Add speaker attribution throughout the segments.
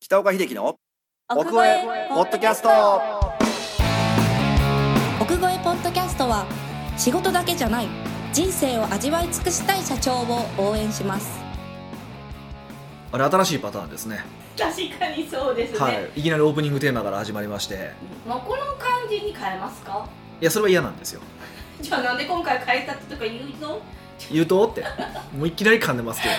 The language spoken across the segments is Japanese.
Speaker 1: 北岡秀樹の
Speaker 2: 奥越えポッドキャスト奥越えポッドキャストは仕事だけじゃない人生を味わい尽くしたい社長を応援します
Speaker 1: あれ新しいパターンですね
Speaker 3: 確かにそうですね、
Speaker 1: はいいきなりオープニングテーマから始まりまして
Speaker 3: まあ、この感じに変えますか
Speaker 1: いやそれは嫌なんですよ
Speaker 3: じゃあなんで今回変えたってとか言うの
Speaker 1: 言うとってもういきなり噛んでますけどね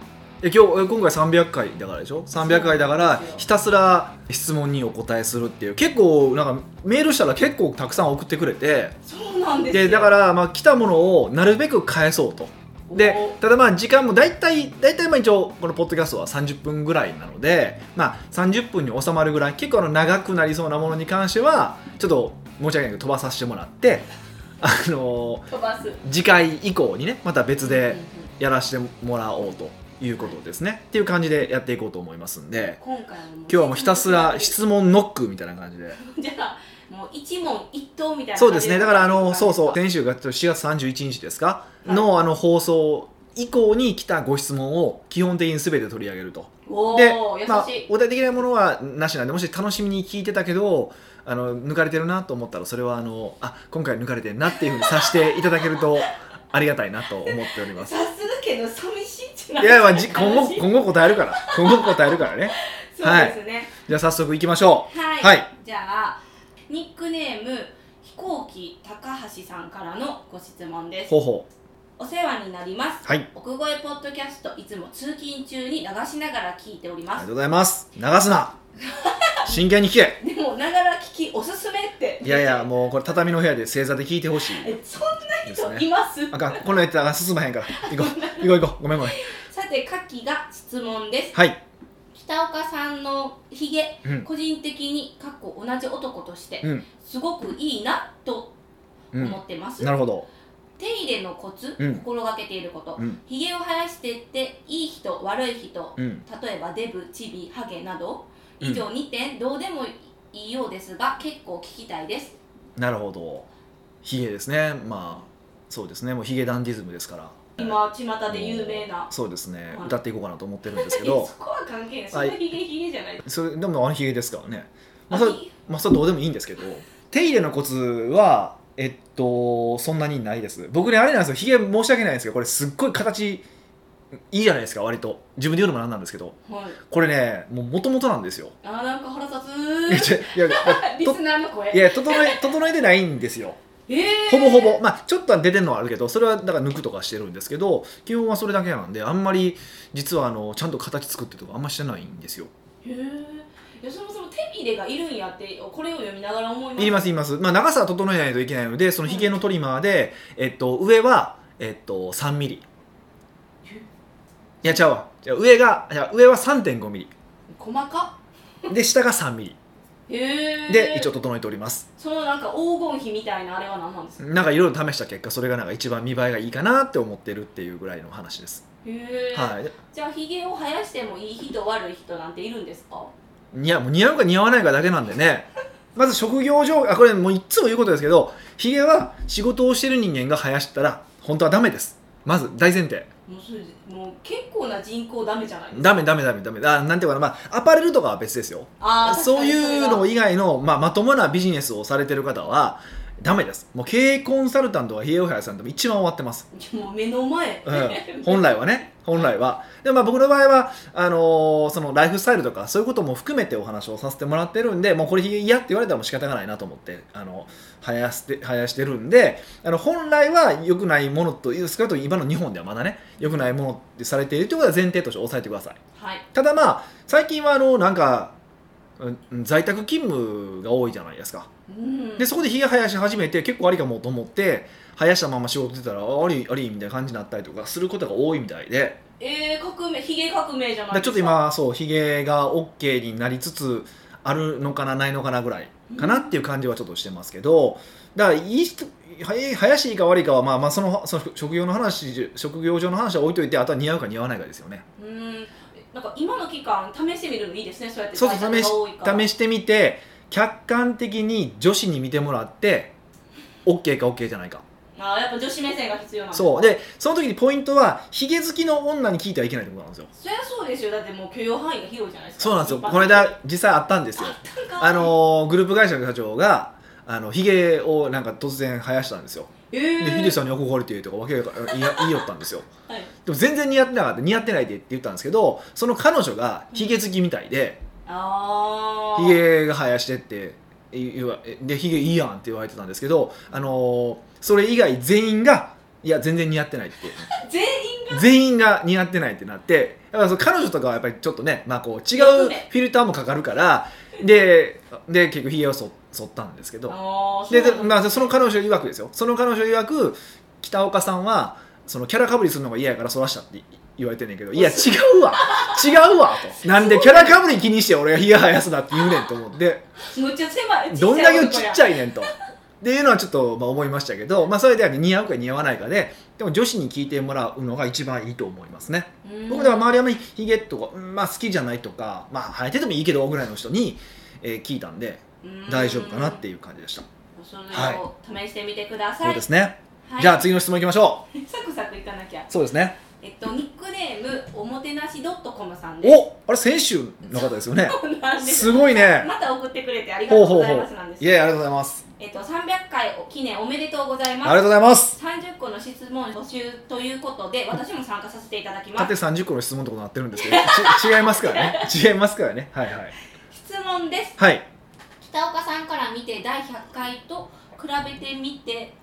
Speaker 1: え今日え今回300回だからでしょ300回だから
Speaker 3: そうですよ
Speaker 1: ひたすら質問にお答えするっていう結構なんかメールしたら結構たくさん送ってくれて
Speaker 3: そうなんですよ
Speaker 1: でだからまあ来たものをなるべく返そうとで
Speaker 3: お
Speaker 1: ただまあ時間も大体大体まあ一応このポッドキャストは30分ぐらいなので、まあ、30分に収まるぐらい結構あの長くなりそうなものに関してはちょっと申し訳ないけど飛ばさせてもらって、あの
Speaker 3: 飛ばす
Speaker 1: ー次回以降にねまた別
Speaker 3: うんう
Speaker 1: で
Speaker 3: ん
Speaker 1: やらせてもらおうということですねっていう感じでやっていこうと思いますんで
Speaker 3: 今回はもう
Speaker 1: 今日はもうひたすら質問ノックみたいな感じで
Speaker 3: じゃあもう一問一答みたいな
Speaker 1: そうですねだからあのそうそう
Speaker 3: で
Speaker 1: 先週が4月31日ですか、
Speaker 3: はい
Speaker 1: のあの放送以降に来たご質問を基本的に全て取り上げると
Speaker 3: お
Speaker 1: で
Speaker 3: ー優しい、
Speaker 1: まあ、お題的なものはなしなんでもし楽しみに聞いてたけどあの抜かれてるなと思ったらそれはあのあ今回抜かれてるなっていうふうにさせていただけると ありがたいなと思っており ます。
Speaker 3: さすがけど寂しいじゃない
Speaker 1: いやまあじ今後
Speaker 3: 悲しい
Speaker 1: 今後答えるから今後答えるからね
Speaker 3: そうですね
Speaker 1: じゃあ早速いきましょ
Speaker 3: はい、
Speaker 1: はい
Speaker 3: じゃあニックネーム飛行機高橋さんからのご質問で
Speaker 1: う
Speaker 3: す
Speaker 1: 方法
Speaker 3: お世話になります
Speaker 1: はいあり
Speaker 3: 奥越えポッドキャストいつも通勤中に流しながら聞いておりま
Speaker 1: が
Speaker 3: す
Speaker 1: とうございます流すな真剣に聞け
Speaker 3: でもながら聞きおすすめって
Speaker 1: いやいや、もうこれ畳の部屋で正座で聞いてほしい
Speaker 3: えそんな
Speaker 1: です
Speaker 3: 人
Speaker 1: ね。
Speaker 3: います、
Speaker 1: あかん、このやつが進まへんから。行こう、行こう行こう。ごめんごめん。
Speaker 3: さてカキが質問です
Speaker 1: はい。
Speaker 3: 北岡さんのひげ
Speaker 1: うん。
Speaker 3: 個人的にかっこ同じ男として
Speaker 1: うん。
Speaker 3: すごくいいなと
Speaker 1: うん
Speaker 3: 思。ってます、
Speaker 1: なるほど。
Speaker 3: 手入れのコツ、
Speaker 1: うん
Speaker 3: 心がけていること、
Speaker 1: うん。
Speaker 3: ひげを生やしてっていい人悪い人、
Speaker 1: うん。
Speaker 3: 例えばデブチビハゲなど
Speaker 1: うん
Speaker 3: 以上2点どうでもいいようですが結構聞きたいです
Speaker 1: なるほど。ヒゲですね。まあ、そうですね。もうヒゲダンディズムですから。
Speaker 3: 今巷で有名な
Speaker 1: そうですね
Speaker 3: は。い
Speaker 1: 歌っていこうかなと思ってるんですけ
Speaker 3: いや
Speaker 1: ど
Speaker 3: そ、こは関係ないそ
Speaker 1: は
Speaker 3: ん
Speaker 1: い
Speaker 3: なヒゲヒゲじゃない
Speaker 1: それでもあのヒゲですからね。ま
Speaker 3: あ
Speaker 1: あ、それ
Speaker 3: ひ
Speaker 1: まあ、それどうでもいいんですけど、手入れのコツは、えっと、そんなにないです。僕ね、あれなんですよ、ひげ申し訳ないんですけど、これすっごい形、いいじゃないですか、割と。自分で言うのもなんなんですけど、
Speaker 3: はい
Speaker 1: これね、もう元々なんですよ。
Speaker 3: あーなんか腹立
Speaker 1: いや
Speaker 3: つ
Speaker 1: ちょいや、い
Speaker 3: リスナーの声
Speaker 1: やいや整え、整えてないんですよ。
Speaker 3: えー
Speaker 1: ほぼほぼ。まあ、ちょっとは出てるのはあるけど、それはだから抜くとかしてるんですけど、基本はそれだけなんで、あんまり、実はあの、ちゃんと形作ってとかあんましてないんですよ。
Speaker 3: へえそもそも手入れがいるんやってこれを読みながら思います
Speaker 1: いりますいります、まあ、長さは整えないといけないのでそのひげのトリマーで、えっと、上は、えっと、3ミリいやちゃうわじゃあ上がじゃあ上は3 5ミ
Speaker 3: 細か
Speaker 1: リで下が3ミ
Speaker 3: へ
Speaker 1: リ
Speaker 3: え
Speaker 1: で一応整えております
Speaker 3: そのなんか黄金比みたいなあれは何なんですか
Speaker 1: なんかいろいろ試した結果それがなんか一番見栄えがいいかなって思ってるっていうぐらいの話です、
Speaker 3: へえ、
Speaker 1: はい
Speaker 3: じゃあヒゲを生やしてもいい人悪い人なんているんですか
Speaker 1: 似合うもう似合うか似合わないかだけなんでねまず職業上あこれもういっつも言うことですけどひげは仕事をしてる人間が生やしたら本当はダメですまず大前提
Speaker 3: もうそれもう結構な人口ダメじゃないですか
Speaker 1: ダメダメダメダメあなんていうかなまあアパレルとかは別ですよ
Speaker 3: あー
Speaker 1: そういうの
Speaker 3: 確
Speaker 1: 以外の、まあ、まともなビジネスをされてる方はダメですもう経営コンサルタントは平尾さんでも一番終わってます、
Speaker 3: かにそれはもう目の前、
Speaker 1: うん、本来はね本来はでもまあ僕の場合はあのーそのライフスタイルとかそういうことも含めてお話をさせてもらってるんでもうこれ嫌って言われたらもう仕方がないなと思ってあの生やして生やしてるんであの本来は良くないものという少なくとも今の日本ではまだね良くないものってされているということは前提として押さえてください
Speaker 3: はい
Speaker 1: ただまあ最近はあのなんかうん在宅勤務が多いじゃないですか
Speaker 3: うん
Speaker 1: でそこで日が生やし始めて結構ありかもと思って生やしたまま仕事出たらあありありみたいな感じになったりとかすることが多いみたいで
Speaker 3: ええ革命ヒゲ革命じ
Speaker 1: だ
Speaker 3: ゃな
Speaker 1: から
Speaker 3: いですか
Speaker 1: ちょっと今そうひげが OK になりつつあるのかなないのかなぐらいかなっていう感じはちょっとしてますけどだからいい人はや生やしていいか悪いかはまあまあそのその職業の話職業上の話は置いといてあとは似合うか似合わないかですよね
Speaker 3: うんなんか今の期間試してみるのいいですねそうやって
Speaker 1: そう
Speaker 3: 会
Speaker 1: そ
Speaker 3: 社
Speaker 1: う
Speaker 3: が
Speaker 1: 試し
Speaker 3: 多いから
Speaker 1: 試してみて客観的に女子に見てもらって OK か OK じゃないか
Speaker 3: ああやっぱ女子目線が必要なんだ
Speaker 1: そうでその時にポイントはヒゲ好きの女に聞いてはいけないってことなんですよ
Speaker 3: そりゃそうですよだってもう許容範囲が広いじゃないですか
Speaker 1: そうなんですよ
Speaker 3: 一般的
Speaker 1: この間実際あったんですよ
Speaker 3: なんか
Speaker 1: あのーグループ会社の社長があのヒゲをなんか突然生やしたんですよ
Speaker 3: え
Speaker 1: で
Speaker 3: ー、
Speaker 1: ヒデさんに憧れてとかわけが言い言いよったんですよ
Speaker 3: はい
Speaker 1: でも全然似合ってなかった似合ってないでって言ったんですけどその彼女がヒゲ好きみたいで
Speaker 3: ああ
Speaker 1: ヒゲが生やしてって言わでヒゲいいやんって言われてたんですけど、あのーそれ以外全員がいや全然似合ってないって
Speaker 3: 全員
Speaker 1: 全員が似合ってないってなってやっぱその彼女とかはやっぱりちょっとね、まあ、こう違うフィルターもかかるからでで結局ひげをそ剃ったんですけど
Speaker 3: ああ
Speaker 1: で
Speaker 3: そ
Speaker 1: で
Speaker 3: う、なんだ
Speaker 1: まあ、その彼女曰くですよその彼女曰く北岡さんはそのキャラかぶりするのが嫌やからそらしたって言われてんねんけどいや違うわ違うわ となんでキャラかぶり気にして俺がひげ生やすなって言うねんと思って
Speaker 3: むっちゃ狭い
Speaker 1: どんだけちっち
Speaker 3: ゃい
Speaker 1: ゃいねんと。っていうのはちょっとまあ思いましたけど、まあ、それでは似合うか似合わないかででも女子に聞いてもらうのが一番いいと思いますね。
Speaker 3: 男や
Speaker 1: 僕だから周りはあんまりヒゲとか、うんまあ、好きじゃないとか、まあ、生えててもいいけどぐらいの人に、えー聞いたんで
Speaker 3: うん
Speaker 1: 大丈夫かなっていう感じでした
Speaker 3: そ
Speaker 1: はい
Speaker 3: れを試してみてください、
Speaker 1: そうですね、
Speaker 3: はい
Speaker 1: じゃあ次の質問いきましょ
Speaker 3: サクサクいかなきゃ
Speaker 1: うそうですね
Speaker 3: えっとニックネームおもてなしドットコムさんです
Speaker 1: おあれ先週の方ですよね
Speaker 3: そうなんです
Speaker 1: すごいね
Speaker 3: また送ってくれてありがと
Speaker 1: ほう
Speaker 3: う
Speaker 1: ほ
Speaker 3: ご
Speaker 1: うほ
Speaker 3: ざいうますなんです
Speaker 1: いえありがとうございます
Speaker 3: えっと300回お記念おめでとうござい
Speaker 1: ありが
Speaker 3: ま
Speaker 1: とうございます
Speaker 3: す30個の質問募集ということで私も参加させていただきます
Speaker 1: 縦30個の質問とかなってるんですけどち違いますからね 違いますからねはいはい
Speaker 3: 質問です
Speaker 1: はい
Speaker 3: 北岡さんから見て第100回と比べてみて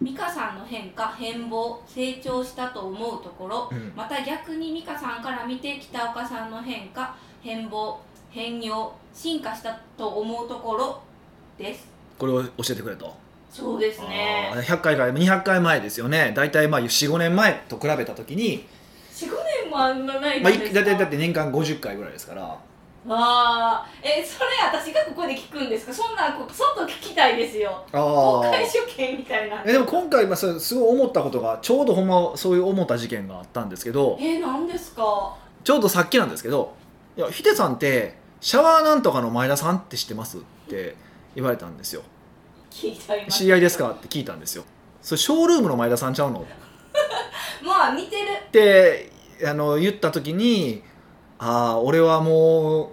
Speaker 3: 美香さんの変化変貌成長したと思うところ、
Speaker 1: うん
Speaker 3: また逆に美香さんから見て北岡さんの変化変貌変容進化したと思うところです
Speaker 1: これを教えてくれと、
Speaker 3: そうです
Speaker 1: あ
Speaker 3: ね
Speaker 1: ー100回から200回前ですよね大体まあ45年前と比べた時に、
Speaker 3: 45年もあんまない
Speaker 1: まあ、
Speaker 3: です
Speaker 1: い大体だって年間50回ぐらいですから
Speaker 3: わあえそれ私がここで聞くんですかそんなんこ外聞きたいですよ
Speaker 1: あ
Speaker 3: 公
Speaker 1: ー
Speaker 3: 開処刑みたいな
Speaker 1: えでも今回まあそうすごい思ったことがちょうどほんまそういう思った事件があったんですけど
Speaker 3: えなんですか
Speaker 1: ちょうどさっきなんですけど「いやヒデさんってシャワーなんとかの前田さんって知ってます?」って言われたんですよ
Speaker 3: 聞いちゃい
Speaker 1: 「
Speaker 3: ました
Speaker 1: 知り合いですか?」って聞いたんですよ「それショールームの前田さんちゃうの?」っ
Speaker 3: まあ似てる
Speaker 1: てあの言った時に「ああ俺はもう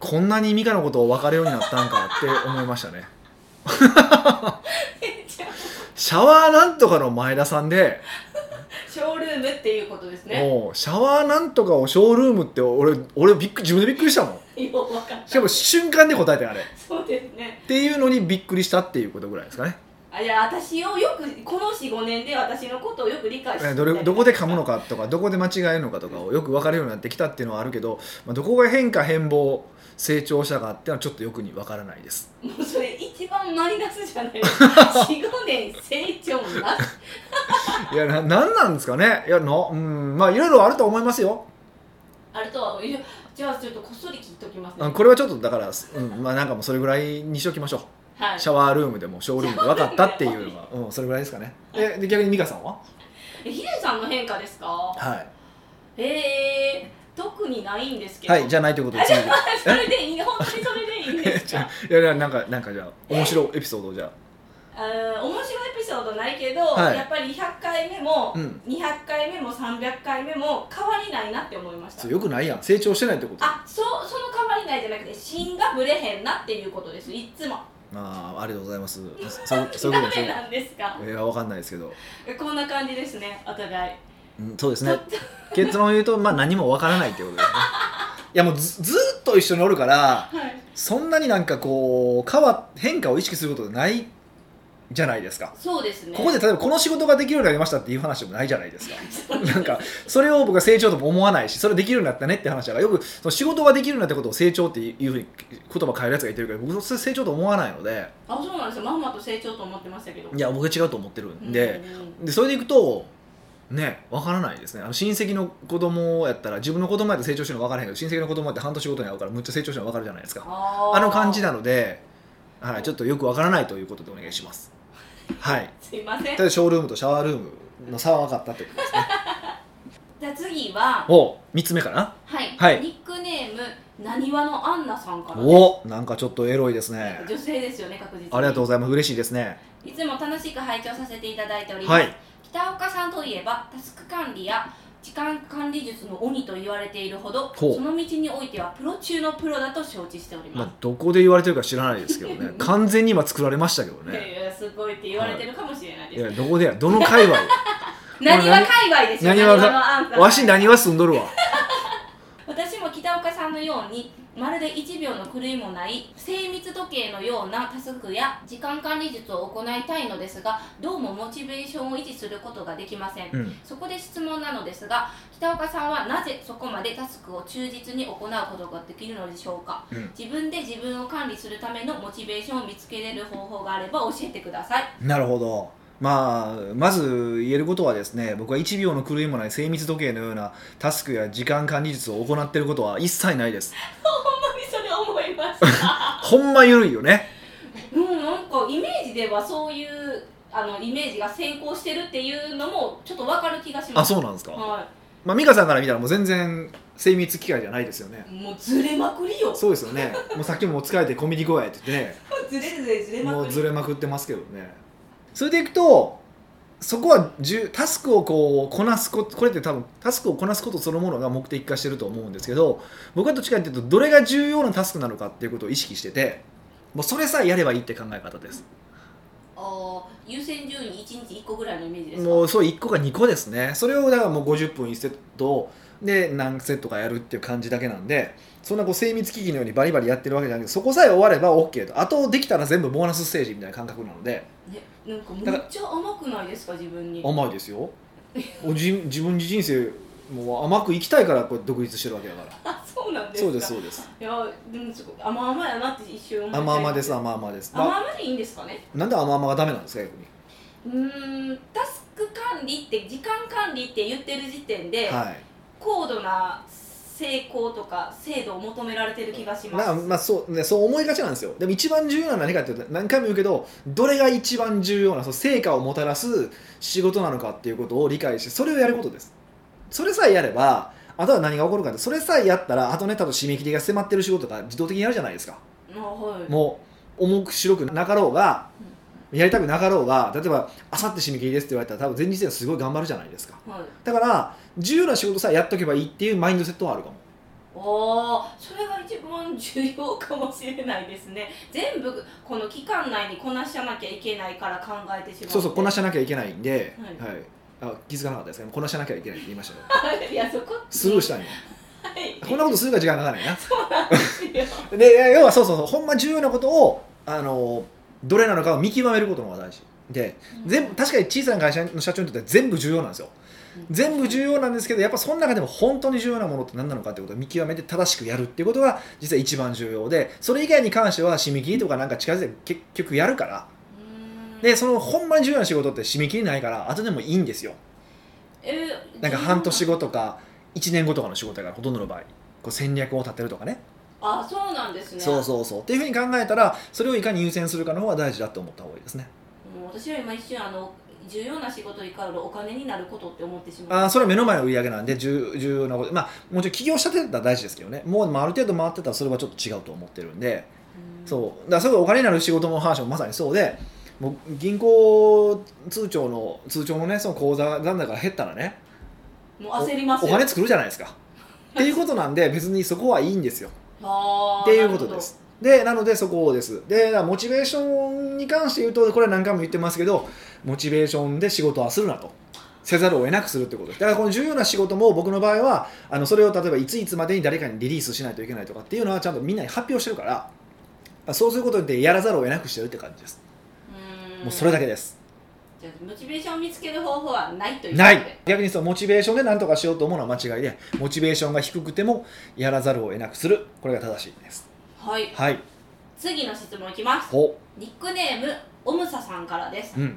Speaker 1: こんなに美香のことを分かるようになったんか」って思いましたねシャワーなんとかの前田さんで
Speaker 3: ショールームっていうことですね。
Speaker 1: もうシャワーなんとかをショールームって俺俺びっくり自分でびっくりしたもん
Speaker 3: よう分かった。
Speaker 1: しかも瞬間で答えてあれっ
Speaker 3: そうですね。
Speaker 1: ていうのにびっくりしたっていうことぐらいですかね
Speaker 3: あいや私をよくこの四五年で私のことをよく理解して
Speaker 1: え
Speaker 3: き
Speaker 1: ど
Speaker 3: た
Speaker 1: れどこで噛むのかとかどこで間違えるのかとかをよく分かるようになってきたっていうのはあるけど、まあ、どこが変化変貌成長したかっていうのはちょっとよくに分からないです
Speaker 3: もうそれ一番マイナスじゃないですか。 四五年成長なし。
Speaker 1: いやななんなんですかねいやのうんまあいろいろあると思いますよ
Speaker 3: あれとはいやじゃあちょっとこっそり聞いときますね。
Speaker 1: あこれはちょっとだから、うん、まあなんかもうそれぐらいにしておきましょ
Speaker 3: は
Speaker 1: う
Speaker 3: い
Speaker 1: シ。ャワールームでもショールームで分かったっていうのは、うん、それぐらいですかねえで逆に美香さんは
Speaker 3: えヒデさんの変化ですか。
Speaker 1: はい、
Speaker 3: ええ特にないんですけど。
Speaker 1: はい、じゃないということで次
Speaker 3: それでいい本当にそれでいい んですか。
Speaker 1: いやいやなんかなんかじゃあ面白いエピソードをじゃあ
Speaker 3: あー面白いエピソードないけど、
Speaker 1: はい
Speaker 3: やっぱり100回目も、
Speaker 1: うん
Speaker 3: 200回目も300回目も変わりないなって思いました
Speaker 1: そうよくないやん成長してないってこと
Speaker 3: あそうその変わりないじゃなくて芯がぶれへんなっていうことですいつも
Speaker 1: ああありがとうございますそ
Speaker 3: ダ
Speaker 1: そそういうことです
Speaker 3: メ
Speaker 1: ね
Speaker 3: なんですか
Speaker 1: いやわかんないですけど、
Speaker 3: こんな感じですねお互い
Speaker 1: うん、そうです
Speaker 3: ちょ
Speaker 1: ね
Speaker 3: っと
Speaker 1: 結論を言うとまあ何もわからないってこと ですねいやもうずずーっと一緒におるから
Speaker 3: はい
Speaker 1: そんなになんかこう変わ変化を意識することないじゃないですか
Speaker 3: そうですね
Speaker 1: ここで例えばこの仕事ができるようになりましたっていう話でもないじゃないですかなんかそれを僕は成長とも思わないしそれできるようになったねって話だからよくその仕事ができるようになったことを成長っていうふうに言葉変えるやつがいてるけど僕それ成長と思わないので
Speaker 3: あそうなんですよまんまと成長と思ってましたけど
Speaker 1: いや僕は違うと思ってる
Speaker 3: うん
Speaker 1: んで,、でそれでいくとねわからないですねあの親戚の子供やったら自分の子供やったら成長してるの分からへんけど親戚の子供やって半年ごとに会うからむっちゃ成長してるの分かるじゃないですか
Speaker 3: あー
Speaker 1: あの感じなので、はい、ちょっとよく分からないということでお願いしますはい
Speaker 3: すいません
Speaker 1: ただショールームとシャワールームの差は分かったってことですね
Speaker 3: じゃあ次は、
Speaker 1: お3つ目かな
Speaker 3: はい、
Speaker 1: はい
Speaker 3: ニックネームなにわのアンナさんからです
Speaker 1: おなんかちょっとエロいですね
Speaker 3: 女性ですよね確実に
Speaker 1: ありがとうござ
Speaker 3: ざい
Speaker 1: います嬉しいですね
Speaker 3: ますいつも楽しく拝聴させていただいております、
Speaker 1: はい
Speaker 3: 北岡さんといえばタスク管理や時間管理術の鬼と言われているほど
Speaker 1: ほう
Speaker 3: その道においてはプロ中のプロだと承知しており
Speaker 1: ま
Speaker 3: ます
Speaker 1: あ、どこで言われてるか知らないですけど ね完全に今作られましたけどね
Speaker 3: いやいやすごいって言われてるかもしれない
Speaker 1: い
Speaker 3: です。
Speaker 1: やどこでやどの界隈
Speaker 3: なにわ界隈です
Speaker 1: な
Speaker 3: よ。
Speaker 1: にわ
Speaker 3: なにわのアンさん
Speaker 1: わし何は住んどるわ
Speaker 3: 私も北岡さんのようにまるで1秒の狂いもない精密時計のようなタスクや時間管理術を行いたいのですがどうもモチベーションを維持することができません
Speaker 1: うん
Speaker 3: そこで質問なのですが北岡さんはなぜそこまでタスクを忠実に行うことができるのでしょうか
Speaker 1: うん
Speaker 3: 自分で自分を管理するためのモチベーションを見つけれる方法があれば教えてください
Speaker 1: なるほど、まあ、まず言えることはですね僕は1秒の狂いもない精密時計のようなタスクや時間管理術を行っていることは一切ないです
Speaker 3: 本当にそれ思いました
Speaker 1: ほんま緩いよね
Speaker 3: うん、なんかイメージではそういうあのイメージが先行してるっていうのもちょっとわかる気がし
Speaker 1: あ
Speaker 3: ます
Speaker 1: そうなんですか、
Speaker 3: は
Speaker 1: まあ、美香さんから見たらもう全然精密機械じゃないですよね
Speaker 3: い、もうずれまくりよ
Speaker 1: そうですよねもうさっきももう疲れてコンビニ行こうやって言って
Speaker 3: ずれずれずれ
Speaker 1: ね
Speaker 3: ま
Speaker 1: も
Speaker 3: く
Speaker 1: う
Speaker 3: り
Speaker 1: ずれまくってますけどねそれでいくとそこは重タスクをこうこなすことこれって多分タスクをこなすことそのものが目的化してると思うんですけど僕はどっちかっていうとどれが重要なタスクなのかっていうことを意識しててもうそれさえやればいいって考え方です
Speaker 3: あー優先順位一日一個ぐらいのイメージですか
Speaker 1: もうそう1個か2個ですねそれをだからもう50分1セットで何セットかやるっていう感じだけなんでそんなこう精密機器のようにバリバリやってるわけじゃなくてそこさえ終われば OK とあとできたら全部ボーナスステージみたいな感覚なので
Speaker 3: ね、なんかめっちゃ甘くないですか自分に
Speaker 1: 甘いですよおじ自分自人生もう甘く生きたいからこう独立してるわけだから
Speaker 3: あそうなんです
Speaker 1: そ
Speaker 3: か
Speaker 1: うですそうです
Speaker 3: いやでもすごい甘々やなって一瞬思っちゃい
Speaker 1: 甘々です
Speaker 3: 甘
Speaker 1: 甘々です、まあ、
Speaker 3: 々でいいんですかね
Speaker 1: なんで甘々がダメなんですか逆に
Speaker 3: うーんタスク管理って時間管理って言ってる時点で、
Speaker 1: はい
Speaker 3: 高度な成功とか精度を求められてる気がしま
Speaker 1: まあ
Speaker 3: す。
Speaker 1: まあそうね、そう思いがちなんですよでも一番重要なのは何かっていうと何回も言うけどどれが一番重要なそう成果をもたらす仕事なのかっていうことを理解してそれをやることですそれさえやればあとは何が起こるかってそれさえやったらあとね多分締め切りが迫ってる仕事とか自動的にやるじゃないですか
Speaker 3: あはい。
Speaker 1: もう重く白くなかろうがやりたくなかろうが例えばあさって締め切りですって言われたら多分前日ではすごい頑張るじゃないですか
Speaker 3: はい、
Speaker 1: だから重要な仕事さえやっとけばいいっていうマインドセットはあるかも
Speaker 3: おーそれが一番重要かもしれないですね全部この期間内にこなしゃなきゃいけないから考えてしまう
Speaker 1: そうそうこなし
Speaker 3: ゃ
Speaker 1: ゃなきゃいけないんで、
Speaker 3: は
Speaker 1: はいあ気づかなかったですかこなしゃなきゃいけないって言いましたよ
Speaker 3: いやそこ
Speaker 1: スルーしたんよ
Speaker 3: はい
Speaker 1: こんなことするから時間かかんないな
Speaker 3: ですよ
Speaker 1: で要はそうそうそうほんま重要なことをあのどれなのかを見極めることの方が大事で全部確かに小さな会社の社長にとっては全部重要なんですよ全部重要なんですけどやっぱその中でも本当に重要なものって何なのかってことを見極めて正しくやるっていうことが実は一番重要でそれ以外に関しては締め切りとかなんか近づいて結局やるから
Speaker 3: うん
Speaker 1: でそのほんまに重要な仕事って締め切りないから後でもいいんですよ
Speaker 3: えー
Speaker 1: なんか半年後とか1年後とかの仕事だからほとんどの場合こう戦略を立てるとかね
Speaker 3: あそうなんですね
Speaker 1: そうそうそうっていうふうに考えたらそれをいかに優先するかの方が大事だと思った方がいいですね
Speaker 3: もう私は今一瞬あの重要な仕事に代わるお金になることって思ってしまう
Speaker 1: あーそれは目の前の売り上げなんで重重要なことまあもちろん起業したてたら大事ですけどねもうまあある程度回ってたらそれはちょっと違うと思ってるんで
Speaker 3: う
Speaker 1: そうだからそれがお金になる仕事の話もまさにそうでもう銀行通帳の通帳のねその口座残高が減ったらね
Speaker 3: んもう焦ります
Speaker 1: お
Speaker 3: よ
Speaker 1: 金作るじゃないですかっていうことなんで別にそこはいいんですよ
Speaker 3: あー
Speaker 1: っていうことです。でなのでそこです。でだからモチベーションに関して言うとこれ何回も言ってますけどモチベーションで仕事はするなと。せざるを得なくするってことですだからこの重要な仕事も僕の場合はあのそれを例えばいついつまでに誰かにリリースしないといけないとかっていうのはちゃんとみんなに発表してるからそうすることでやらざるを得なくしてるって感じです
Speaker 3: うーん
Speaker 1: もうそれだけです
Speaker 3: じゃあモチベーションを見つける方法はないということで
Speaker 1: ない逆にそのモチベーションで何とかしようと思うのは間違いでモチベーションが低くてもやらざるを得なくするこれが正しいです
Speaker 3: はい
Speaker 1: はい
Speaker 3: 次の質問いきます
Speaker 1: ほ
Speaker 3: ニックネームオムサさんからです
Speaker 1: ううん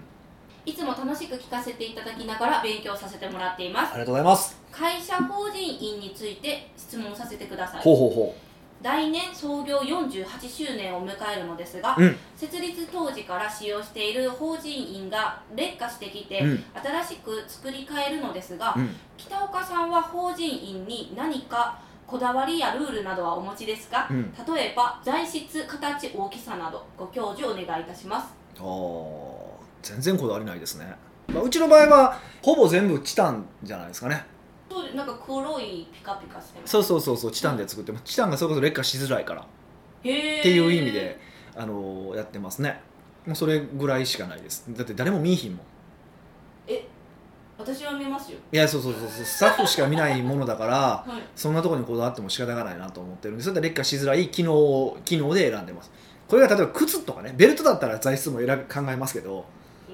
Speaker 3: いつも楽しく聞かせていただきながら勉強させてもらっていま
Speaker 1: あ
Speaker 3: す
Speaker 1: りがとうございます
Speaker 3: 会社法人員について質問させてください
Speaker 1: ほうほうほ
Speaker 3: 来年創業48周年を迎えるのですが、
Speaker 1: うん
Speaker 3: 設立当時から使用している法人院が劣化してきて、
Speaker 1: うん
Speaker 3: 新しく作り変えるのですが、
Speaker 1: うん
Speaker 3: 北岡さんは法人院に何かこだわりやルールなどはお持ちですか、
Speaker 1: うん
Speaker 3: 例えば材質形大きさなどご教授お願いいたします
Speaker 1: あー全然こだわりないですね、まあ、うちの場合はほぼ全部チタンじゃないですかね
Speaker 3: そうでなんか黒いピカピカしてます
Speaker 1: そうそうそうそうチタンで作ってますチタンがそれこそ劣化しづらいからっ
Speaker 3: へって
Speaker 1: いう意味で、あのーやってますねもうそれぐらいしかないですだって誰も見いひんもん
Speaker 3: 私は見ますよ
Speaker 1: いやそうそうそうそうスタッフしか見ないものだから
Speaker 3: はい
Speaker 1: そんなところにこだわっても仕方がないなと思ってるんでそれで劣化しづらい機能を機能で選んでますこれが例えば靴とかねベルトだったら材質も選ぶ考えますけど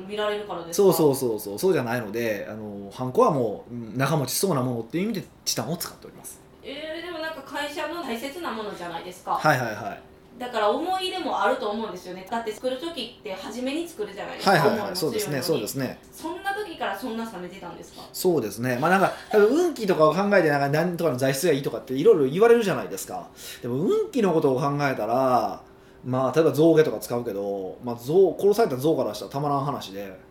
Speaker 3: 見られるからですか
Speaker 1: そうそううそうそうそうじゃないのであのハンコはもううん長持ちしそうなものっていう意味でチタンを使っております
Speaker 3: えー、でもなんか会社の大切なものじゃないですか、
Speaker 1: はいはいはい
Speaker 3: だから思い入れもあると思うんですよねだって作る時って初めに作るじゃないですか、
Speaker 1: はいはい
Speaker 3: 思い
Speaker 1: は
Speaker 3: も
Speaker 1: いそうですねそうですすね
Speaker 3: そんな時からそんな冷めてたんですか
Speaker 1: そうですねまあなんか多分運気とかを考えてなんか何とかの材質がいいとかっていろいろ言われるじゃないですかでも運気のことを考えたらまあ例えば象牙とか使うけど、まあ、象殺された象からしたらたまらん話で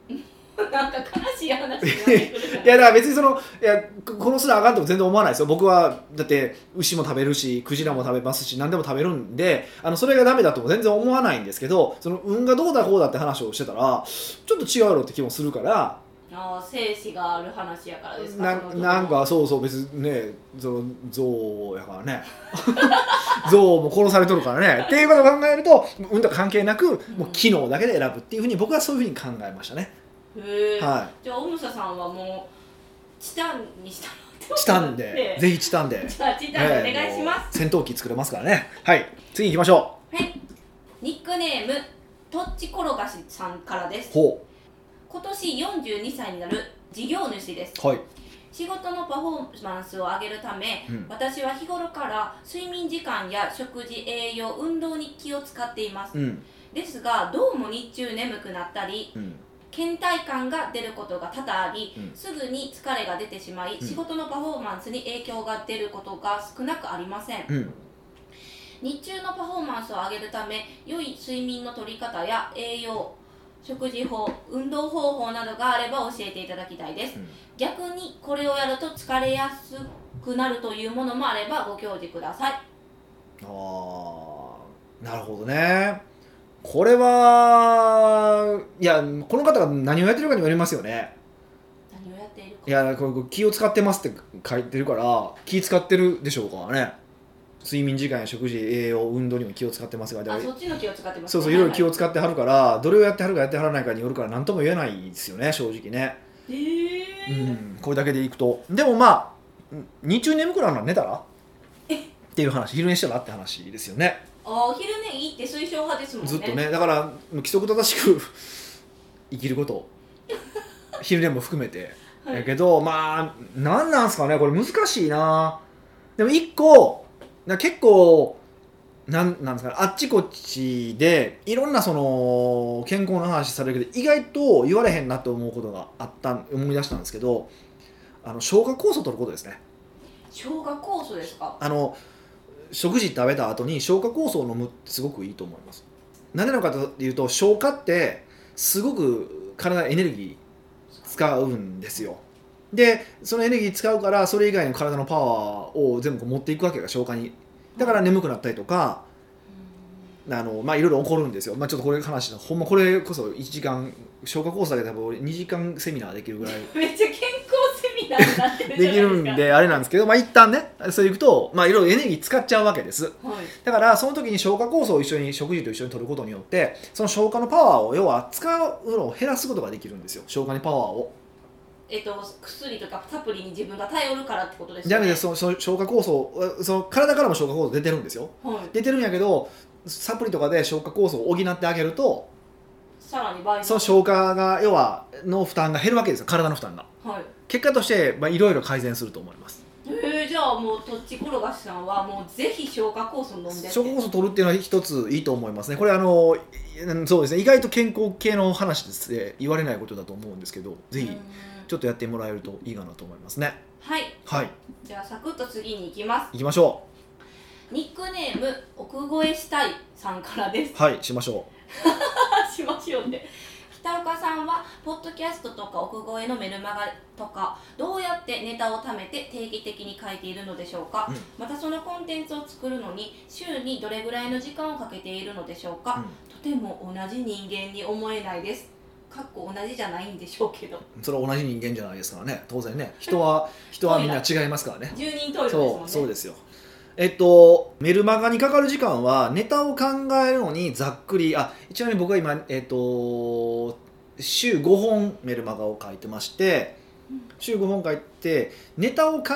Speaker 3: なんか悲しい話になってくるじゃない
Speaker 1: いやだから別にそのいやここのすらあかんとも全然思わないですよ僕はだって牛も食べるしクジラも食べますし何でも食べるんであのそれがダメだとも全然思わないんですけどその運がどうだこうだって話をしてたらちょっと違うやろって気もするから
Speaker 3: ああ精子がある話やからですか
Speaker 1: な
Speaker 3: その時の
Speaker 1: なんかそうそう別にねその象やからね 象も殺されとるからねっていうことを考えると運とは関係なくもう機能だけで選ぶっていうふうに僕はそういうふうに考えましたね。
Speaker 3: へえ、
Speaker 1: は
Speaker 3: じゃあオムサさんはもうチタンにした
Speaker 1: い、チタンでぜひチタンで
Speaker 3: じゃあチタンでお願いします、
Speaker 1: す、戦闘機作れますからねはい次行きましょ
Speaker 3: はいニックネームとっちころがしさんからで
Speaker 1: う
Speaker 3: す
Speaker 1: ほ
Speaker 3: 今年42歳になる事業主です
Speaker 1: うはい
Speaker 3: 仕事のパフォーマンスを上げるため、
Speaker 1: うん
Speaker 3: 私は日頃から睡眠時間や食事栄養運動に気を使っています、
Speaker 1: うん
Speaker 3: ですがどうも日中眠くなったり
Speaker 1: うん
Speaker 3: 倦怠感が出ることが多々あり、
Speaker 1: うん
Speaker 3: すぐに疲れが出てしまい、
Speaker 1: うん
Speaker 3: 仕事のパフォーマンスに影響が出ることが少なくありません、
Speaker 1: うん
Speaker 3: 日中のパフォーマンスを上げるため良い睡眠の取り方や栄養食事法運動方法などがあれば教えていただきたいです
Speaker 1: うん
Speaker 3: 逆にこれをやると疲れやすくなるというものもあればご教示ください
Speaker 1: あーなるほどねこれはいやこの方が何をやってるかにもよりますよね
Speaker 3: 何をやっているか
Speaker 1: いやこれ気を使ってますって書いてるから気使ってるでしょうからね睡眠時間や食事栄養運動にも気を使ってますがだか
Speaker 3: あ
Speaker 1: ら
Speaker 3: そっちの気を使ってます
Speaker 1: そうそういろいろ気を
Speaker 3: は
Speaker 1: 使ってはるからどれをやってはるかやってはらないかによるから何とも言えないですよね正直ね
Speaker 3: いへ
Speaker 1: う
Speaker 3: え
Speaker 1: ん、これだけでいくとでもまあん日中眠くなるのは寝たらっていう話昼寝したらって話ですよね
Speaker 3: お昼寝いいって推奨派ですもんね
Speaker 1: ずっとねだから規則正しく 生きること昼寝も含めて
Speaker 3: はい
Speaker 1: やけど、まあなんなんすかねこれ難しいなでも一個な結構なんなんですかねあっちこっちでいろんなその健康の話されるけど意外と言われへんなと思うことがあった思い出したんですけどあの消化酵素を取ることですね
Speaker 3: 生姜酵素ですか
Speaker 1: あの食事食べた後に消化酵素を飲むってすごくいいと思いますなんでなのかというと消化ってすごく体エネルギー使うんですよでそのエネルギー使うからそれ以外の体のパワーを全部持っていくわけが消化にだから眠くなったりとかあのまあいろいろ起こるんですよ、まあ、ちょっとこれ話のほんまこれこそ1時間消化酵素だけで多分俺2時間セミナーできるぐらい
Speaker 3: うんめっちゃ健康セミナーになってるじ
Speaker 1: で
Speaker 3: ゃ
Speaker 1: き
Speaker 3: ないです
Speaker 1: る
Speaker 3: か
Speaker 1: んであれなんですけどまあ一旦ねそれいくとまあいろいろエネルギー使っちゃうわけです
Speaker 3: はい
Speaker 1: だからその時に消化酵素を一緒に食事と一緒に取ることによってその消化のパワーを要は使うのを減らすことができるんですよ消化にパワーを
Speaker 3: えっと薬とかサプリに自分が頼るからってことです
Speaker 1: じゃ
Speaker 3: よ
Speaker 1: な
Speaker 3: ね
Speaker 1: くてそのその消化酵素その体からも消化酵素出てるんですよ
Speaker 3: はい
Speaker 1: 出てるんやけどサプリとかで消化酵素を補ってあげると
Speaker 3: さらに倍
Speaker 1: その消化が要はの負担が減るわけですよ体の負担が
Speaker 3: はい
Speaker 1: 結果としてまあいろいろ改善すると思います
Speaker 3: えー、じゃあもうとっちころがしさんはもうぜひ消化酵素飲んでって
Speaker 1: 食酵素取るっていうのは一ついいと思いますねこれあのいうんそうですね意外と健康系の話ですね言われないことだと思うんですけどぜひ
Speaker 3: うん
Speaker 1: ちょっとやってもらえるといいかなと思いますね
Speaker 3: はい
Speaker 1: はい
Speaker 3: じゃあサクッと次に行きます
Speaker 1: 行きましょ
Speaker 3: ニックネーム奥越えしたいさんからです
Speaker 1: はいしましょ
Speaker 3: しましょうね北岡さんはポッドキャストとか奥越えのメルマガとかどうやってネタを貯めて定期的に書いているのでしょうか、
Speaker 1: うん
Speaker 3: またそのコンテンツを作るのに週にどれぐらいの時間をかけているのでしょうか、とても同じ人間に思えないですかっこ同じじゃないんでしょう けど
Speaker 1: うそれは同じ人間じゃないですからね当然ね人 は人はみんな違いますからね
Speaker 3: 住人トイレですもん
Speaker 1: そ
Speaker 3: ね
Speaker 1: うそうですよえっとメルマガにかかる時間はネタを考えるのにざっくりあちなみに僕は今えっと週5本メルマガを書いてまして
Speaker 3: うん
Speaker 1: 週5本書いてネタを考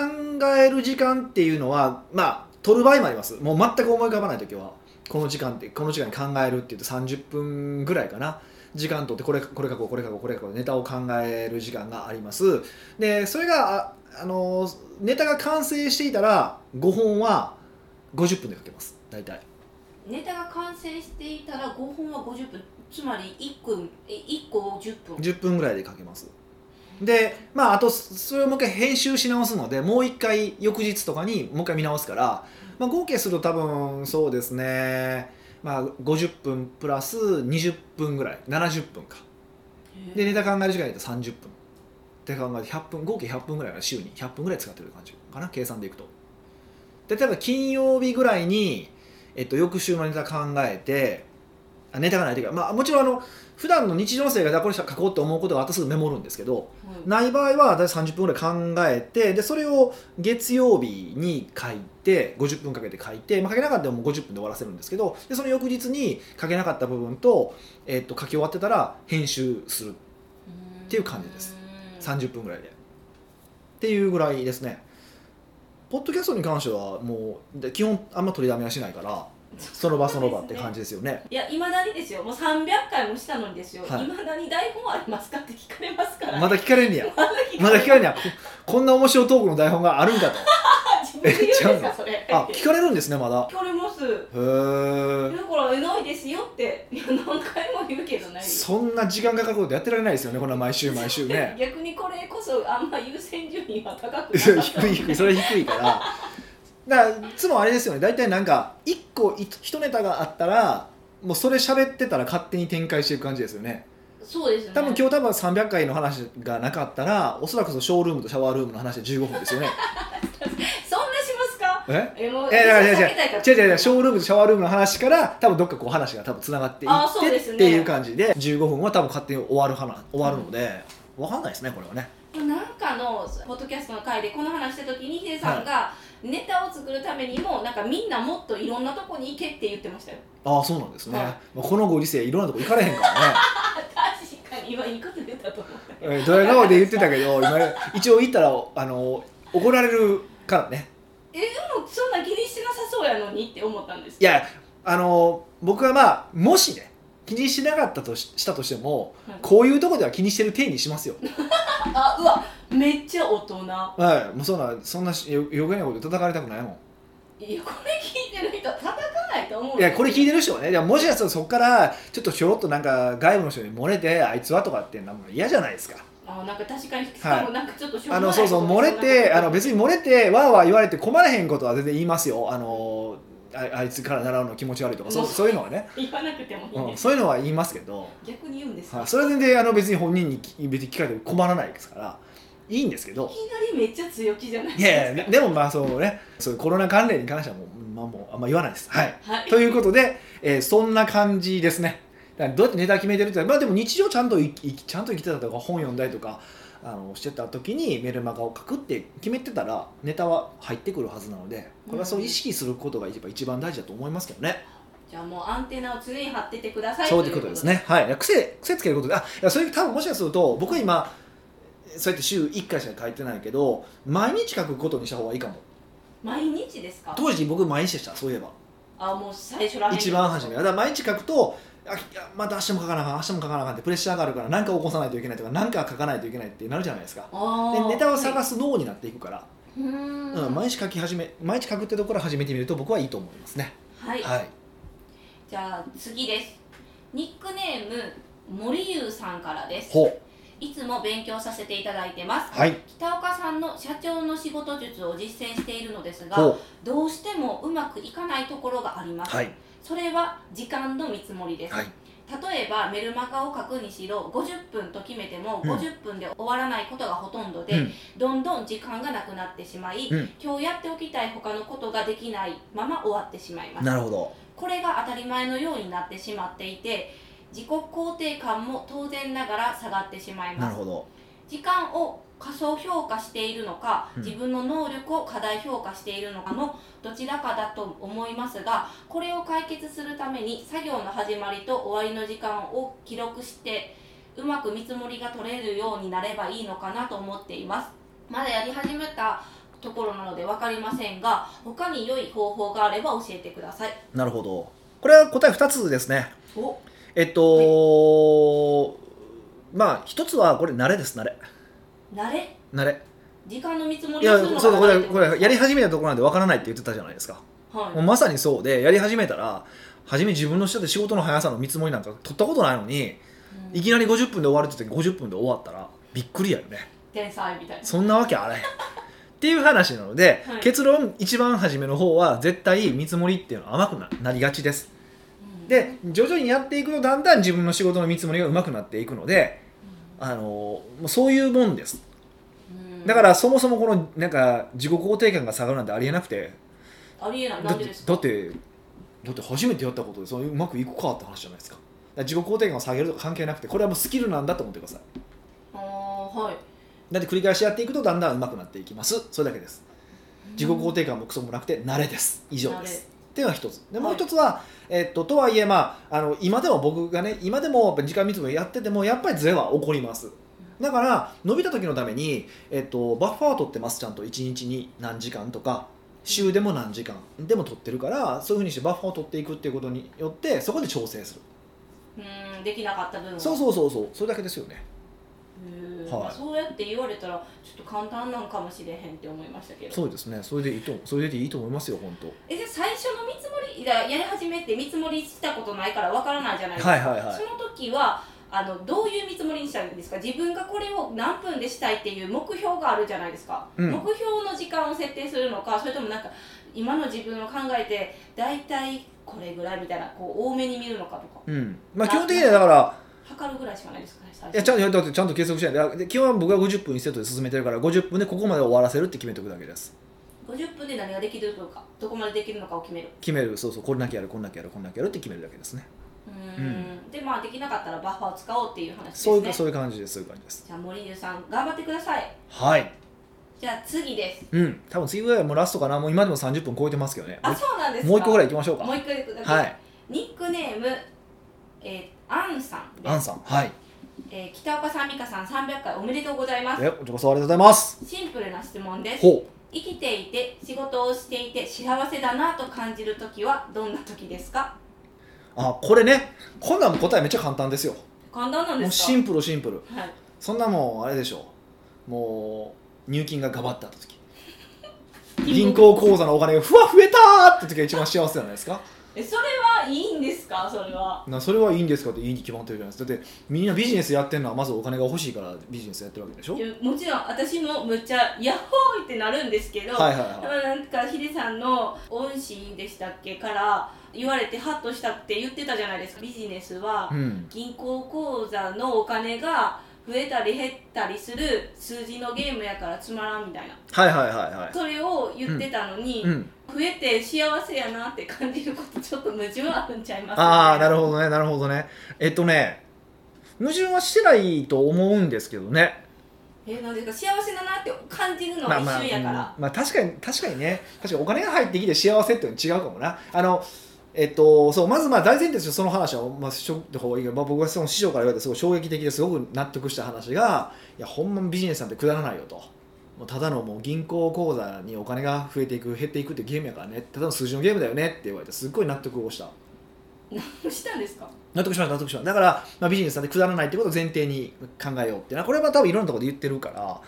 Speaker 1: える時間っていうのはまあ取る場合もありますもう全く思い浮かばない時はこの時間ってこの時間に考えるって言うと30分ぐらいかな時間取ってこれこれ書こうこれ書こうこれ書こうネタを考える時間がありますでそれがあ、あのーネタが完成していたら5本は50分で書けます大体
Speaker 3: ネタが完成していたら5本は50分つまり1個え一個を10分
Speaker 1: 10分ぐらいで書けますでまああとそそれをもう一回編集し直すのでもう一回翌日とかにもう一回見直すから、まあ、合計すると多分そうですねまあ50分プラス20分ぐらい70分かでネタ考える時間で言うと30分って考えて100分合計100分ぐらいが週に100分ぐらい使ってる感じかな計算でいくとで例えば金曜日ぐらいに、えっと、翌週のネタ考えてあネタがないというか、まあ、もちろんあの普段の日常生活であこれ書こうって思うことがあったらすぐメモるんですけど
Speaker 3: はい
Speaker 1: ない場合は私30分ぐらい考えてでそれを月曜日に書いて50分かけて書いて、まあ、書けなかったらもう50分で終わらせるんですけどでその翌日に書けなかった部分と,、えっと書き終わってたら編集する
Speaker 3: って
Speaker 1: いう感じです30分ぐらいでっていうぐらいですねポッドキャストに関してはもうで基本あんま取りだめはしない からその場その場って感じですよね
Speaker 3: いやいまだにですよもう300回もしたのにですよいま、
Speaker 1: はい
Speaker 3: 未だに台本ありますかって聞かれますから、
Speaker 1: まだ聞かれんねや
Speaker 3: まだ
Speaker 1: まだ聞
Speaker 3: れ
Speaker 1: かれんねやここんな面白いトークの台本があるんかと
Speaker 3: 自分で言うんです
Speaker 1: え違う
Speaker 3: か
Speaker 1: の
Speaker 3: それ
Speaker 1: あ聞かれるんですねまだ
Speaker 3: 聞かれます
Speaker 1: へえ
Speaker 3: だからえないですよっていや何回も言うけどない
Speaker 1: そんな時間かかることやってられないですよねこんな毎週毎週ね
Speaker 3: 逆にこれこそあんま優先順位は高くなかっ
Speaker 1: 低い
Speaker 3: た
Speaker 1: 低い それ低いからだからいつもあれですよね大体なんか一個い一ネタがあったらもうそれ喋ってたら勝手に展開していく感じですよね
Speaker 3: そうですね
Speaker 1: 多分今日多分300回の話がなかったらおそらくそのショールームとシャワールームの話で15分ですよね
Speaker 3: そんなしますか
Speaker 1: え
Speaker 3: えもう
Speaker 1: いやだから違う
Speaker 3: 避けたいから
Speaker 1: 違う違う違うショールームとシャワールームの話から多分どっかこう話が多分つながってい
Speaker 3: あーそう
Speaker 1: っ
Speaker 3: です
Speaker 1: て
Speaker 3: ね
Speaker 1: っていう感じで15分は多分勝手に終わる話終わるので、わかんないですねこれはね
Speaker 3: なんかのポッドキャストの回でこの話した時にヒデさんがネタを作るためにもなんかみんなもっといろんなとこに行けって言ってましたよ
Speaker 1: ああそうなんですね、
Speaker 3: はい
Speaker 1: まあ、このご時世いろんなとこ行かれへんからね
Speaker 3: あ確かに今いいこと出たと思ったけど
Speaker 1: えードヤ顔で言ってたけど今一応行ったらあの怒られるからね
Speaker 3: でもそんな気にしてなさそうやのにって思ったんです
Speaker 1: いやあの僕はまあもしね気にしなかったとししたとしても
Speaker 3: はい
Speaker 1: こういうとこでは気にしてる体にしますよ、
Speaker 3: あうわめっちゃ大人
Speaker 1: はい、もうそんなそんなしよ余計なことで叩かれたくないも
Speaker 3: いやこれ聞いてる人叩かないと思うん
Speaker 1: いやこれ聞いてる人はねいやもしかしたらそこからちょっとひょろっとなんか外部の人に漏れてあいつはとかってなんも嫌じゃないですか
Speaker 3: あなんか確かにしかもなんかちょっとしょ
Speaker 1: あの
Speaker 3: もないこと
Speaker 1: そうそう漏れてあの
Speaker 3: です
Speaker 1: 別に漏れてわーわー言われて困らへんことは全然言いますよあのああいつから習うの気持ち悪いとかそうそういうのはね
Speaker 3: 言わなくてもいいん
Speaker 1: う
Speaker 3: で
Speaker 1: ん、
Speaker 3: す、
Speaker 1: そういうのは言いますけど、
Speaker 3: 逆に言うんですよ、
Speaker 1: はい、それは全然あの別に本人にき別に聞かれても困らないですからいいんですけ
Speaker 3: い
Speaker 1: ど
Speaker 3: きなりめっちゃ強気じゃない
Speaker 1: い
Speaker 3: ですか
Speaker 1: やいやでもまあそうねそういうコロナ関連に関してはもう,、まあ、もうあんま言わないです。はい、
Speaker 3: はい
Speaker 1: ということで、えーそんな感じですね。だからどうやってネタ決めてるって、まあ、でも日常ちゃんといいちゃんと生きてたとか本読んだりとかあのしてた時にメルマガを書くって決めてたらネタは入ってくるはずなのでこれはそう意識することがやっぱ一番大事だと思いますけどね。
Speaker 3: じゃあもうアンテナを常に張っててください
Speaker 1: そういうことですね。はい、癖癖つけることで、あ、いやそれ多分もしかすると僕は今そうやって週1回しか書いてないけど毎日書くことにした方がいいかも。
Speaker 3: 毎日ですか
Speaker 1: 当時僕毎日でした。そういえば
Speaker 3: あもう最初らへん
Speaker 1: 一番初め。だから毎日書くと。あいやまた明日も書かなあかん明日も書かなあかんってプレッシャーがあるから何か起こさないといけないとか何か書かないといけないってなるじゃないですか
Speaker 3: あ
Speaker 1: でネタを探
Speaker 3: す、
Speaker 1: す脳になっていくから、
Speaker 3: はい、うーん
Speaker 1: うん、毎日書き始め毎日書くってところから始めてみると僕はいいと思いますね
Speaker 3: はい、
Speaker 1: はい
Speaker 3: じゃあ次ですニックネーム森優さんからです
Speaker 1: ほ
Speaker 3: いつも勉強させていただいてます
Speaker 1: はい
Speaker 3: 北岡さんの社長の仕事術を実践しているのです
Speaker 1: ほ
Speaker 3: が
Speaker 1: う
Speaker 3: どうしてもうまくいかないところがあります、
Speaker 1: はい
Speaker 3: それは時間の見積もりです、
Speaker 1: はい
Speaker 3: 例えばメルマガを書くにしろ50分と決めても
Speaker 1: うん
Speaker 3: 50分で終わらないことがほとんどで、
Speaker 1: うん
Speaker 3: どんどん時間がなくなってしまい、
Speaker 1: うん
Speaker 3: 今日やっておきたい他のことができないまま終わってしまいます
Speaker 1: なるほど
Speaker 3: これが当たり前のようになってしまっていて自己肯定感も当然ながら下がってしまい
Speaker 1: な
Speaker 3: ま
Speaker 1: る
Speaker 3: す
Speaker 1: ほど
Speaker 3: 時間を過小評価しているのか、
Speaker 1: うん
Speaker 3: 自分の能力を過大評価しているのかのどちらかだと思いますがこれを解決するために作業の始まりと終わりの時間を記録してうまく見積もりが取れるようになればいいのかなと思っていますまだやり始めたところなので分かりませんが他に良い方法があれば教えてください
Speaker 1: なるほどこれは答え2つですね
Speaker 3: お
Speaker 1: えっと、まあ一つはこれ慣れです慣れ
Speaker 3: 慣れ
Speaker 1: 慣れ
Speaker 3: 時間の見積も
Speaker 1: い
Speaker 3: りを
Speaker 1: や
Speaker 3: するの
Speaker 1: そう
Speaker 3: が
Speaker 1: こ
Speaker 3: 慣
Speaker 1: れ
Speaker 3: れ
Speaker 1: これやり始めたところなんでわからないって言ってたじゃないですか
Speaker 3: はい
Speaker 1: もうまさにそうでやり始めたら初め自分の下で仕事の速さの見積もりなんか取ったことないのに
Speaker 3: うん
Speaker 1: いきなり50分で終わるって言って50分で終わったらびっくりやよね
Speaker 3: 天才みたいな
Speaker 1: そんなわけあらへんっていう話なので、
Speaker 3: はい
Speaker 1: 結論一番初めの方は絶対見積もりっていうのは甘くななりがちです
Speaker 3: うん
Speaker 1: で徐々にやっていくとだんだん自分の仕事の見積もりが上手くなっていくのであのもうそういうもんです
Speaker 3: うん
Speaker 1: だからそもそもこのなんか自己肯定感が下がるなんてありえなくて
Speaker 3: ありえない。な
Speaker 1: だっ
Speaker 3: んで
Speaker 1: て
Speaker 3: ですか。
Speaker 1: だってだって初めてやったことでそううまくいくかって話じゃないですかだから自己肯定感を下げるとか関係なくてこれはもうスキルなんだと思ってください
Speaker 3: ああーはい。
Speaker 1: だって繰り返しやっていくとだんだん上手くなっていきますそれだけです自己肯定感もクソもなくて慣れです以上ですっていうのは一つでもう一つは、えっととはいえ、まあ、あの今でも僕がね今でもやっぱ時間見積もりやっててもやっぱりズレは起こりますだから伸びた時のために、えっとバッファーを取ってますちゃんと1日に何時間とか週でも何時間でも取ってるからそういうふうにしてバッファーを取っていくっていうことによってそこで調整する、
Speaker 3: 慣れうんできなかった部分は。
Speaker 1: そうそうそうそうそれだけですよね
Speaker 3: へー
Speaker 1: はい
Speaker 3: まあそうやって言われたらちょっと簡単なんかもしれへんって思いましたけど。
Speaker 1: そうですねそれでいいとそれでいいと思いますよ本当
Speaker 3: えじゃあ最初の見積もりだからやり始めて見積もりしたことないからわからないじゃないですか。
Speaker 1: はいはいはい
Speaker 3: その時は。あのどういう見積もりにしたらいいんですか自分がこれを何分でしたいっていう目標があるじゃないですか、
Speaker 1: うん
Speaker 3: 目標の時間を設定するのかそれともなんか今の自分を考えて大体これぐらいみたいなこう多めに見るのかとか
Speaker 1: うんまあ基本的にはだから
Speaker 3: 測るぐらいしかないですかね最
Speaker 1: いやちゃんいやだってちゃんと計測しないでで基本は僕は50分1セットで進めてるから50分でここまで終わらせるって決めておくだけです
Speaker 3: 50分で何ができるのかどこまでできるのかを決める
Speaker 1: 決めるそうそうこれだけやるこんだけやるこんだけやるって決めるだけですね
Speaker 3: うーんでまあできなかったらバッファーを使おうっていう話です
Speaker 1: そういう
Speaker 3: ね
Speaker 1: そういう感じですそういう感じです
Speaker 3: じゃあ森優さん頑張ってください
Speaker 1: はい
Speaker 3: じゃあ次です
Speaker 1: うん多分次ぐらいはもうラストかなもう今でも30分超えてますけどね
Speaker 3: あそうなんですか
Speaker 1: もう一個ぐら
Speaker 3: い
Speaker 1: い行きましょうか
Speaker 3: もう一個だけ、
Speaker 1: はい
Speaker 3: ニックネームえー、アンさんで
Speaker 1: アン
Speaker 3: す、
Speaker 1: さんはい
Speaker 3: えー、北岡さん美香さん300回おめでとうございます
Speaker 1: えこちらこそありがとうございます
Speaker 3: シンプルな質問です
Speaker 1: ほう
Speaker 3: 生きていて仕事をしていて幸せだなと感じる時はどんな時ですか
Speaker 1: あこれねこんなん答えめっちゃ簡単ですよ
Speaker 3: 簡単なん
Speaker 1: も
Speaker 3: で
Speaker 1: う
Speaker 3: す
Speaker 1: シ
Speaker 3: か
Speaker 1: ンプルシンプル
Speaker 3: はい
Speaker 1: そんなもんあれでしょうもう入金がガバッとあった時銀
Speaker 3: 金
Speaker 1: 行口座のお金がふわ増えたーって時が一番幸せじゃないですか
Speaker 3: えそれはいいんですかそれは
Speaker 1: なそれはいいんですかっていいに決まってるじゃないですかだってみんなビジネスやってるのはまずお金が欲しいからビジネスやってるわけでしょ
Speaker 3: い
Speaker 1: はい
Speaker 3: やもちろん私もむっちゃヤッホーイってなるんですけど、
Speaker 1: はい
Speaker 3: でも
Speaker 1: は
Speaker 3: なんかヒデさんの恩師でしたっけから言われてハッとしたって言ってたじゃないですかビジネスはい
Speaker 1: うん
Speaker 3: 銀行口座のお金が増えたり減ったりする数字のゲームやからつまらんみたいな
Speaker 1: はいはいはいは
Speaker 3: それを言ってたのに、
Speaker 1: いうん
Speaker 3: 増えて幸せやなって感じることちょっと矛盾はあるんちゃいます
Speaker 1: ああなる
Speaker 3: ほ
Speaker 1: ほどねなるほどねえっとね矛盾はしてないと思うんですけどね
Speaker 3: どえなんですか幸せだなって感じるの
Speaker 1: ま
Speaker 3: は
Speaker 1: あ
Speaker 3: 一
Speaker 1: まあ、
Speaker 3: 瞬やから、
Speaker 1: うんまあ、確かに確かにね確かにお金が入ってきて幸せっていうのは違うかもなあのえっと、そうまずまあ大前提としてその話は、まあ、しょった方がいいけど、まあ、僕はその師匠から言われてすごい衝撃的ですごく納得した話がいやほんまビジネスなんてくだらないよともうただのもう銀行口座にお金が増えていく減っていくってゲームやからねただの数字のゲームだよねって言われてすっごい納得をした
Speaker 3: どうしたんですか
Speaker 1: 納得しました納得しましただから、まあ、ビジネスなんてくだらないってことを前提に考えようってなこれは多分いろんなところで言ってるから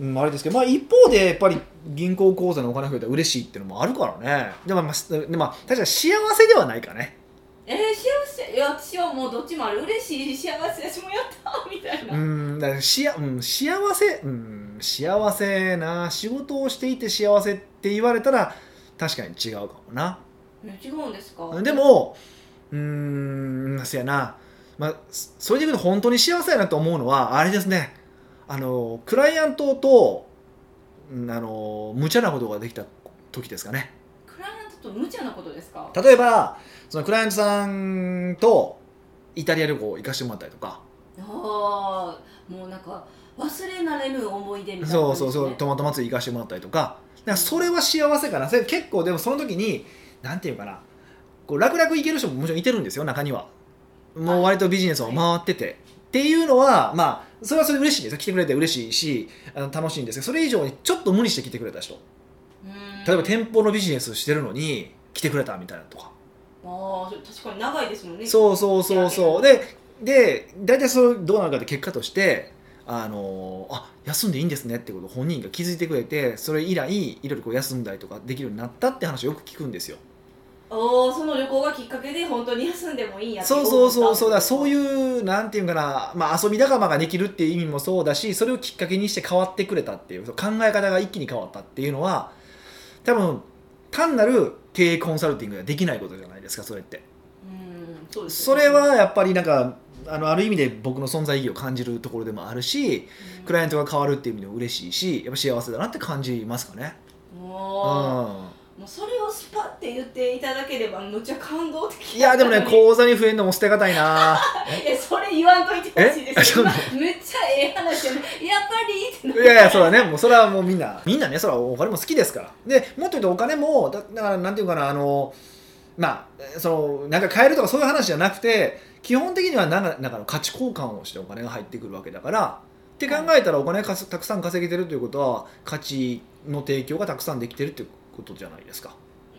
Speaker 1: うん、あれですけど、まあ、一方でやっぱり銀行口座のお金が増えたら嬉しいっていうのもあるからねでも、まあ、すでまあ確かに幸せではないかね
Speaker 3: えー、幸せいえ私はもうどっちもある嬉しい幸せ私もやったーみたいな、
Speaker 1: うんだからしあ、うん、幸せ、うん、幸せな仕事をしていて幸せって言われたら確かに違うかもな
Speaker 3: ね違うんですか
Speaker 1: でもうーんそやな、まあ、そそれでいくと本当に幸せやなと思うのはあれですねあのクライアントとうんあの無茶なことができた時ですかね
Speaker 3: クライアントと無茶なことですか
Speaker 1: 例えばそのクライアントさんとイタリア旅行行かしてもらったりとか
Speaker 3: ああもうなんか忘れられぬ思い出みたいな
Speaker 1: そ
Speaker 3: 感
Speaker 1: う
Speaker 3: じ
Speaker 1: そう
Speaker 3: ですね、
Speaker 1: そうトマト祭り行かしてもらったりとかなんかそれは幸せかなそれ結構でもその時になんていうかなこう楽々行ける人ももちろんいてるんですよ中にはもう割とビジネスを回ってて、っていうのはまあそれはそれで嬉しいですよ来てくれて嬉しいしあの楽しいんですけどそれ以上にちょっと無理して来てくれた人
Speaker 3: うん
Speaker 1: 例えば店舗のビジネスしてるのに来てくれたみたいなとか
Speaker 3: ああそれ確かに長いですもんね
Speaker 1: そうそうそうそうでで大体そうどうなるかって結果としてあのあ休んでいいんですねってことを本人が気づいてくれてそれ以来いろいろこう休んだりとかできるようになったって話をよく聞くんですよ
Speaker 3: おーその旅行がきっかけで本当に休んでもいいんや
Speaker 1: そうそうそうそうだからそういううなんていうんかな、まあ、遊び仲間ができるっていう意味もそうだしそれをきっかけにして変わってくれたっていう考え方が一気に変わったっていうのは多分単なる経営コンサルティングではできないことじゃないですかそれって
Speaker 3: うんそうです
Speaker 1: それはやっぱりなんかあのある意味で僕の存在意義を感じるところでもあるしクライアントが変わるっていう意味でも嬉しいしやっぱ幸せだなって感じますかね。うん、
Speaker 3: もうもうそれをスパッて言っていただければむっちゃ感動的
Speaker 1: いやでもね
Speaker 3: う
Speaker 1: 口座に増えるのも捨てがたいな
Speaker 3: えそれ言わんといてほしい
Speaker 1: え
Speaker 3: です
Speaker 1: そう
Speaker 3: よ
Speaker 1: な
Speaker 3: 今
Speaker 1: の
Speaker 3: めっちゃええ話やねやっぱりってな い
Speaker 1: やいやそうだねもうそれはもうみんなみんなねそれはお金も好きですからでもっと言うとお金もだだからなんていうかなあのまあそのなんか買えるとかそういう話じゃなくて基本的にはなんかなんかの価値交換をしてお金が入ってくるわけだからって考えたらお金かすたくさん稼げてるということは価値の提供がたくさんできてるってことじゃないですか。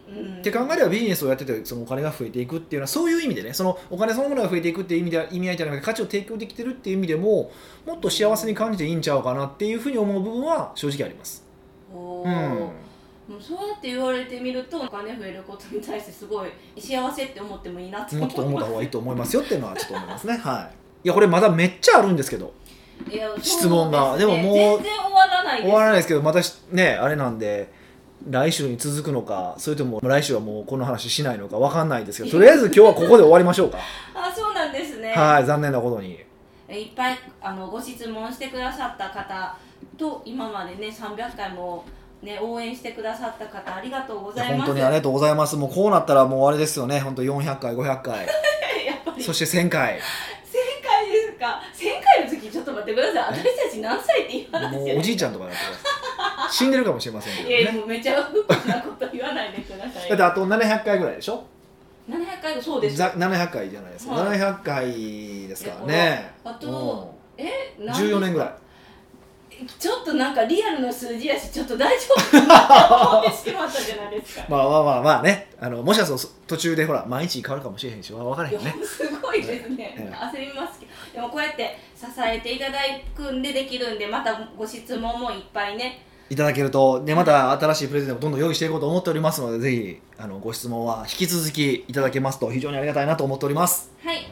Speaker 3: うん
Speaker 1: って考えればビジネスをやっててそのお金が増えていくっていうのはそういう意味でねそのお金そのものが増えていくっていう意味で意味合いじゃなくて価値を提供できてるっていう意味でももっと幸せに感じていいんちゃうかなっていうふうに思う部分は正直あります。
Speaker 3: お
Speaker 1: う
Speaker 3: ー
Speaker 1: ん
Speaker 3: もうそうやって言われてみるとお金増えることに対してすごい幸せって思ってもいいなって
Speaker 1: も
Speaker 3: 思
Speaker 1: っと思った方がいい
Speaker 3: い
Speaker 1: と思いますよっていうのはちょっと思いますね。 はい、いやこれまだめっちゃあるんですけど
Speaker 3: いや
Speaker 1: 質問が
Speaker 3: そうすね
Speaker 1: でももう
Speaker 3: 全然終わらないです
Speaker 1: 終わらないですけどまたしねあれなんで来週に続くのかそれとも来週はもうこの話しないのかわかんないですけどとりあえず今日はここで終わりましょうか。
Speaker 3: あそうなんですね
Speaker 1: はい残念なことに。
Speaker 3: いっぱいあのご質問してくださった方と今までね300回も、ね、応援してくださった方ありがとうござい
Speaker 1: 本
Speaker 3: ます
Speaker 1: 当にありがとうございます。もうこうなったらもうあれですよね。本当400回、500回、
Speaker 3: やっぱり
Speaker 1: そして1000回。
Speaker 3: 正解ですか1000回の時ちょっと待ってください私たち何歳って言い話
Speaker 1: も
Speaker 3: よ
Speaker 1: うおじいちゃんとかだってます。死んでるかもしれませんけ
Speaker 3: いや
Speaker 1: ど
Speaker 3: いや
Speaker 1: ね。
Speaker 3: もうめちゃ不幸なこと言わないでくださ い
Speaker 1: だってあと700回ぐらいでしょ。
Speaker 3: 700回そうです
Speaker 1: ざ700回じゃないですか。
Speaker 3: はい
Speaker 1: 700回ですからね。
Speaker 3: あとえ
Speaker 1: うん
Speaker 3: なん
Speaker 1: 14年ぐらい。
Speaker 3: ちょっとなんかリアルな数字やしちょっと大丈夫かなって思ってしまったじゃない ですか
Speaker 1: まあまあまあまあね。あのもしかすると途中でほら毎日変わるかもしれへんし、わからへ
Speaker 3: い
Speaker 1: ん
Speaker 3: や
Speaker 1: よね。
Speaker 3: すごいですね、
Speaker 1: ええ
Speaker 3: 焦りますけどでもこうやって支えていただくんでできるんでまたご質問もいっぱいね
Speaker 1: いただけるとねまた新しいプレゼントをどんどん用意していこうと思っておりますので、ぜひあのご質問は引き続きいただけますと非常にありがたいなと思っております。
Speaker 3: はい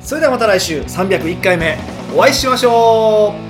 Speaker 1: それではまた来週301回目お会いしましょう